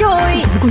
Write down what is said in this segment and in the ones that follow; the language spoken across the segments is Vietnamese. còn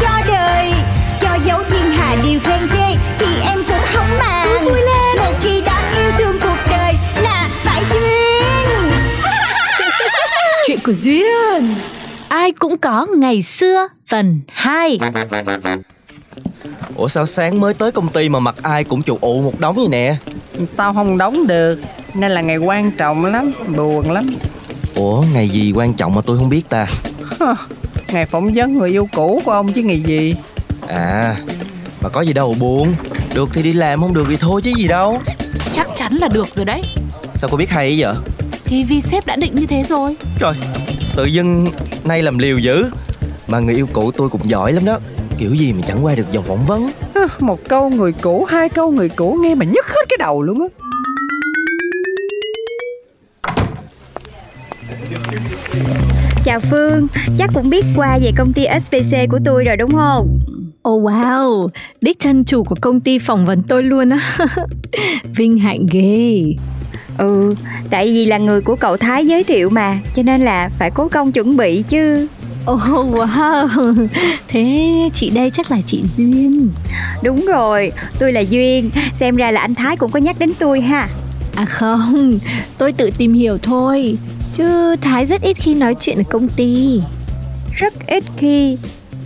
cho đời Cho dấu thiên hà điều khen ghê Thì em cũng không màng vui lên. Một khi đã yêu thương cuộc đời Là phải duyên Chuyện của duyên Ai cũng có ngày xưa phần 2 Ủa sao sáng mới tới công ty mà mặt ai cũng chủ ụ một đống vậy nè Tao không đóng được Nên là ngày quan trọng lắm Buồn lắm Ủa ngày gì quan trọng mà tôi không biết ta Hơ, Ngày phỏng vấn người yêu cũ của ông chứ ngày gì À mà có gì đâu mà buồn Được thì đi làm không được thì thôi chứ gì đâu Chắc chắn là được rồi đấy Sao cô biết hay vậy Thì vì sếp đã định như thế rồi Trời tự dưng nay làm liều dữ Mà người yêu cũ tôi cũng giỏi lắm đó Kiểu gì mà chẳng qua được vòng phỏng vấn Hơ, Một câu người cũ Hai câu người cũ Nghe mà nhức hết cái đầu luôn á Chào Phương, chắc cũng biết qua về công ty SPC của tôi rồi đúng không? Oh wow Đích thân chủ của công ty phỏng vấn tôi luôn á Vinh hạnh ghê Ừ, tại vì là người của cậu Thái giới thiệu mà, cho nên là phải cố công chuẩn bị chứ. Oh wow Thế chị đây chắc là chị Duyên Đúng rồi, tôi là Duyên, xem ra là anh Thái cũng có nhắc đến tôi ha. À không Tôi tự tìm hiểu thôi Chứ Thái rất ít khi nói chuyện ở công ty Rất ít khi.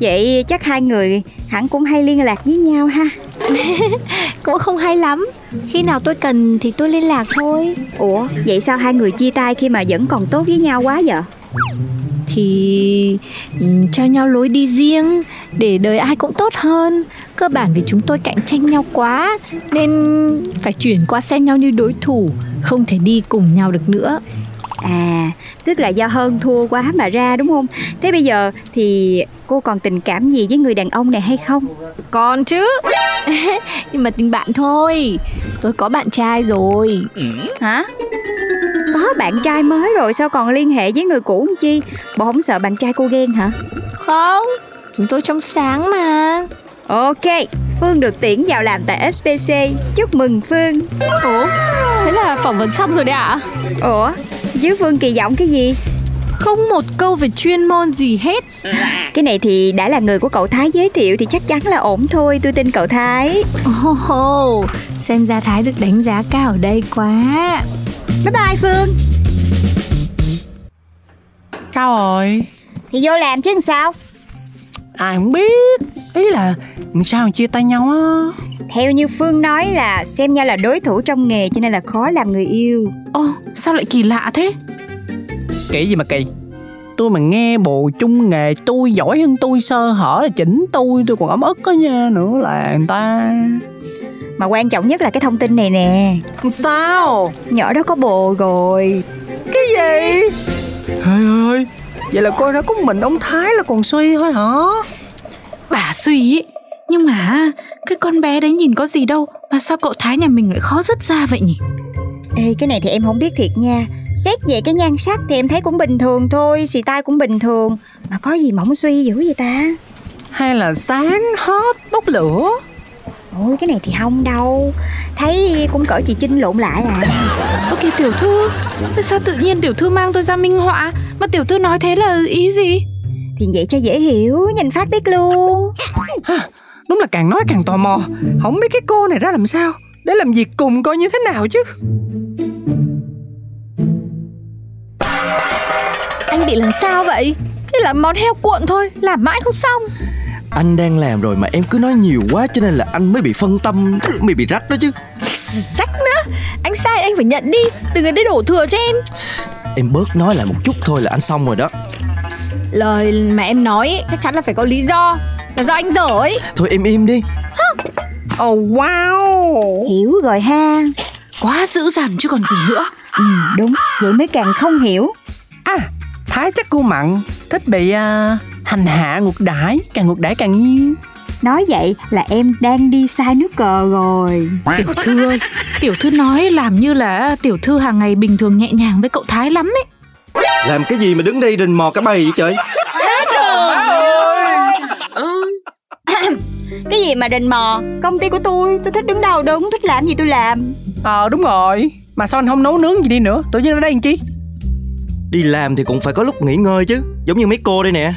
Vậy chắc hai người hẳn cũng hay liên lạc với nhau ha. Cũng không hay lắm Khi nào tôi cần thì tôi liên lạc thôi Ủa, vậy sao hai người chia tay khi mà vẫn còn tốt với nhau quá vậy? thì ừm, cho nhau lối đi riêng để đời ai cũng tốt hơn cơ bản vì chúng tôi cạnh tranh nhau quá nên phải chuyển qua xem nhau như đối thủ không thể đi cùng nhau được nữa À, tức là do hơn thua quá mà ra đúng không? Thế bây giờ thì cô còn tình cảm gì với người đàn ông này hay không? còn chứ nhưng mà tình bạn thôi tôi có bạn trai rồi Hả? Có bạn trai mới rồi sao còn liên hệ với người cũ không chi? Bộ không sợ bạn trai cô ghen hả? không chúng tôi trong sáng mà Ok, Phương được tuyển vào làm tại SPC. Chúc mừng Phương. ủa thế là phỏng vấn xong rồi đấy ạ Ủa, chứ Phương kỳ vọng cái gì? không một câu về chuyên môn gì hết Cái này thì đã là người của cậu Thái giới thiệu thì chắc chắn là ổn thôi, tôi tin cậu Thái. ồ xem ra thái được đánh giá cao ở đây quá Bye bye Phương. Sao rồi Thì vô làm chứ làm sao? Ai không biết Ý là Sao chia tay nhau á Theo như Phương nói là xem nhau là đối thủ trong nghề cho nên là khó làm người yêu. Ồ, sao lại kỳ lạ thế? Kỹ gì mà kỳ Tôi mà nghe bồ chung nghề tôi giỏi hơn tôi sơ hở là chỉnh tôi Tôi còn ấm ức á nha Nữa là người ta Mà quan trọng nhất là cái thông tin này nè. Sao Nhỏ đó có bồ rồi. Cái gì Trời ơi Vậy là coi ra có mình ông Thái là còn suy thôi hả Bà suy ý Nhưng mà cái con bé đấy nhìn có gì đâu Mà sao cậu Thái nhà mình lại khó dứt ra vậy nhỉ Ê, cái này thì em không biết thiệt nha Xét về cái nhan sắc thì em thấy cũng bình thường thôi Xì tai cũng bình thường Mà có gì mỏng suy dữ vậy ta Hay là sáng hết bốc lửa Ôi cái này thì không đâu Thấy cũng cỡ chị Trinh lộn lại à Ok tiểu thư Thế sao tự nhiên tiểu thư mang tôi ra minh họa Mà tiểu thư nói thế là ý gì Thì vậy cho dễ hiểu Nhìn phát biết luôn Đúng là càng nói càng tò mò Không biết cái cô này ra làm sao Để làm việc cùng coi như thế nào chứ Anh bị làm sao vậy? Thế là món heo cuộn thôi, làm mãi không xong Anh đang làm rồi mà em cứ nói nhiều quá cho nên là anh mới bị phân tâm Mới bị rách đó chứ Rách nữa, anh sai anh phải nhận đi Đừng có để đổ thừa cho em Em bớt nói lại một chút thôi là anh xong rồi đó Lời mà em nói ấy, chắc chắn là phải có lý do Là do anh dở ấy Thôi em im đi Oh wow Hiểu rồi ha Quá dữ dằn chứ còn gì nữa Ừ đúng Vậy mới càng không hiểu À Thái chắc cô mặn Thích bị à, hành hạ ngược đãi Càng ngược đãi càng nhiều Nói vậy là em đang đi sai nước cờ rồi Tiểu thư ơi Tiểu thư nói làm như là tiểu thư hàng ngày bình thường nhẹ nhàng với cậu Thái lắm ấy Làm cái gì mà đứng đây rình mò cả bầy vậy trời Cái gì mà rình mò Công ty của tôi Tôi thích đứng đầu đúng Thích làm gì tôi làm Ờ đúng rồi Mà sao anh không nấu nướng gì đi nữa Tụi dân ở đây làm chi Đi làm thì cũng phải có lúc nghỉ ngơi chứ Giống như mấy cô đây nè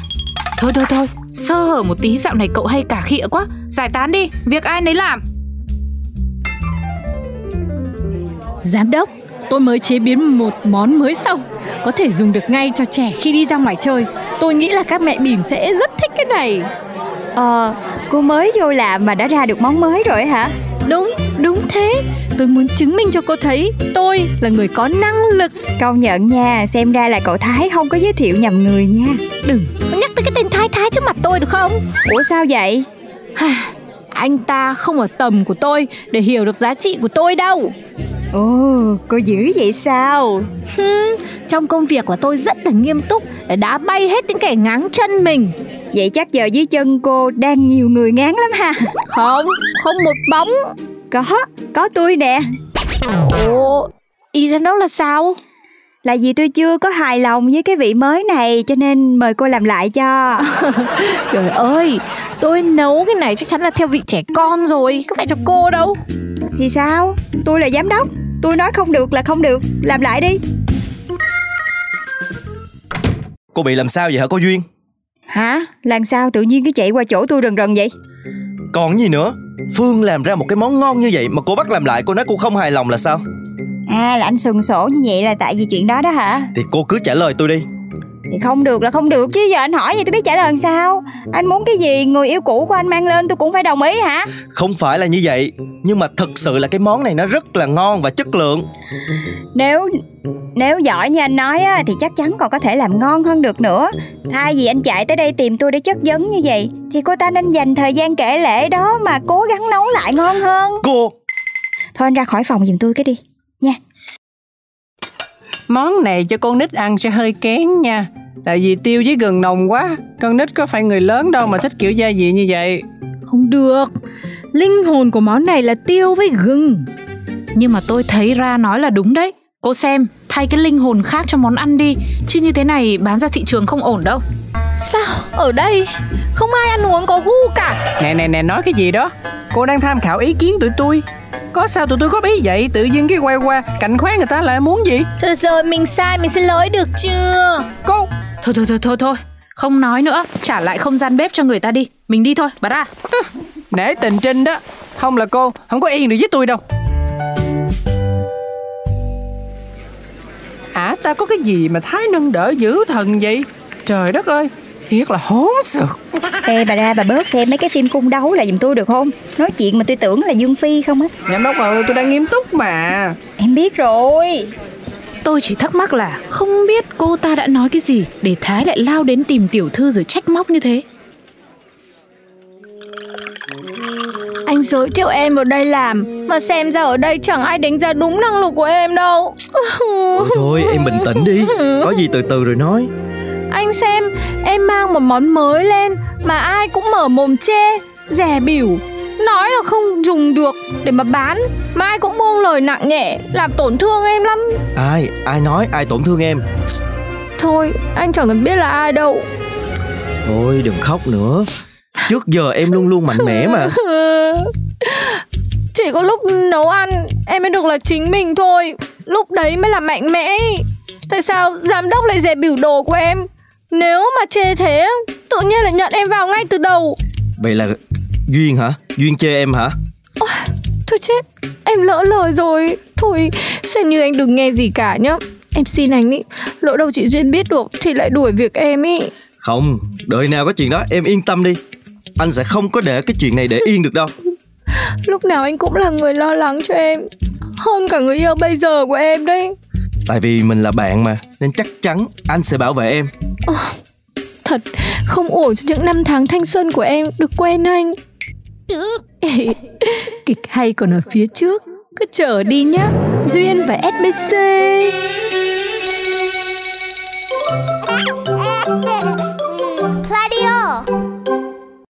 Thôi thôi thôi Sơ hở một tí dạo này cậu hay cả khịa quá Giải tán đi Việc ai nấy làm Giám đốc, tôi mới chế biến một món mới xong Có thể dùng được ngay cho trẻ khi đi ra ngoài chơi Tôi nghĩ là các mẹ bỉm sẽ rất thích cái này Ờ Cô mới vô làm mà đã ra được món mới rồi hả Đúng, đúng thế Tôi muốn chứng minh cho cô thấy Tôi là người có năng lực Công nhận nha Xem ra là cậu Thái không có giới thiệu nhầm người nha Nhắc tới cái tên Thái Thái trước mặt tôi được không Ủa sao vậy Anh ta không ở tầm của tôi Để hiểu được giá trị của tôi đâu Ồ Cô dữ vậy sao Trong công việc của tôi rất là nghiêm túc Để đá bay hết những kẻ ngáng chân mình Vậy chắc giờ dưới chân cô Đang nhiều người ngán lắm ha Không, không một bóng Có Có tôi nè Ồ, ý giám đốc là sao Là vì tôi chưa có hài lòng với cái vị mới này Cho nên mời cô làm lại cho Trời ơi, tôi nấu cái này chắc chắn là theo vị trẻ con rồi Có phải cho cô đâu Thì sao? Tôi là giám đốc Tôi nói không được là không được Làm lại đi Cô bị làm sao vậy hả cô Duyên Hả? Làm sao tự nhiên cái chạy qua chỗ tôi rần rần vậy? Còn gì nữa Phương làm ra một cái món ngon như vậy Mà cô bắt làm lại cô nói cô không hài lòng là sao À là anh sừng sổ như vậy là tại vì chuyện đó đó hả? Thì cô cứ trả lời tôi đi Thì không được là không được chứ giờ anh hỏi vậy tôi biết trả lời làm sao? Anh muốn cái gì người yêu cũ của anh mang lên tôi cũng phải đồng ý hả? Không phải là như vậy Nhưng mà thật sự là cái món này nó rất là ngon và chất lượng Nếu nếu giỏi như anh nói á, thì chắc chắn còn có thể làm ngon hơn được nữa Thay vì anh chạy tới đây tìm tôi để chất vấn như vậy Thì cô ta nên dành thời gian kể lễ đó mà cố gắng nấu lại ngon hơn Cô Thôi anh ra khỏi phòng giùm tôi cái đi Món này cho con nít ăn sẽ hơi kén nha Tại vì tiêu với gừng nồng quá Con nít có phải người lớn đâu mà thích kiểu gia vị như vậy Không được Linh hồn của món này là tiêu với gừng Nhưng mà tôi thấy ra nói là đúng đấy Cô xem Thay cái linh hồn khác cho món ăn đi Chứ như thế này bán ra thị trường không ổn đâu Sao, ở đây không ai ăn uống có gu cả Nè nè nè nói cái gì đó Cô đang tham khảo ý kiến tụi tôi Có sao tụi tôi góp ý vậy Tự nhiên cái quay qua Cảnh khoái người ta lại muốn gì Thôi rồi mình sai mình xin lỗi được chưa Cô Thôi thôi thôi thôi thôi Không nói nữa Trả lại không gian bếp cho người ta đi Mình đi thôi bà ra Nể tình Trinh đó Không là cô Không có yên được với tôi đâu À ta có cái gì mà thái nâng đỡ dữ thần vậy Trời đất ơi Thiệt là hốn sược Ê bà ra bà bớt xem mấy cái phim cung đấu là giùm tôi được không? Nói chuyện mà tôi tưởng là Dương Phi không á Giám đốc ơi tôi đang nghiêm túc mà Em biết rồi Tôi chỉ thắc mắc là Không biết cô ta đã nói cái gì Để Thái lại lao đến tìm tiểu thư rồi trách móc như thế Anh giới thiệu em vào đây làm Mà xem ra ở đây chẳng ai đánh giá đúng năng lực của em đâu Ôi thôi em bình tĩnh đi Có gì từ từ rồi nói Anh xem Em mang một món mới lên Mà ai cũng mở mồm chê Rẻ bỉu Nói là không dùng được để mà bán Mà ai cũng buông lời nặng nhẹ Làm tổn thương em lắm Ai, ai nói, ai tổn thương em Thôi anh chẳng cần biết là ai đâu Thôi đừng khóc nữa Trước giờ em luôn luôn mạnh mẽ mà Chỉ có lúc nấu ăn Em mới được là chính mình thôi Lúc đấy mới là mạnh mẽ Tại sao giám đốc lại dè biểu đồ của em Nếu mà chê thế Tự nhiên lại nhận em vào ngay từ đầu Vậy là Duyên hả? Duyên chê em hả? Thôi chết Em lỡ lời rồi Thôi xem như anh đừng nghe gì cả nhá Em xin anh ý Lỡ đâu chị Duyên biết được Thì lại đuổi việc em ý Không, đời nào có chuyện đó em yên tâm đi Anh sẽ không có để cái chuyện này để yên được đâu Lúc nào anh cũng là người lo lắng cho em Hơn cả người yêu bây giờ của em đấy Tại vì mình là bạn mà Nên chắc chắn anh sẽ bảo vệ em Không ổn cho những năm tháng thanh xuân của em được quen anh Ê, Kịch hay còn ở phía trước Cứ chờ đi nhá Duyên và SBC Thank you.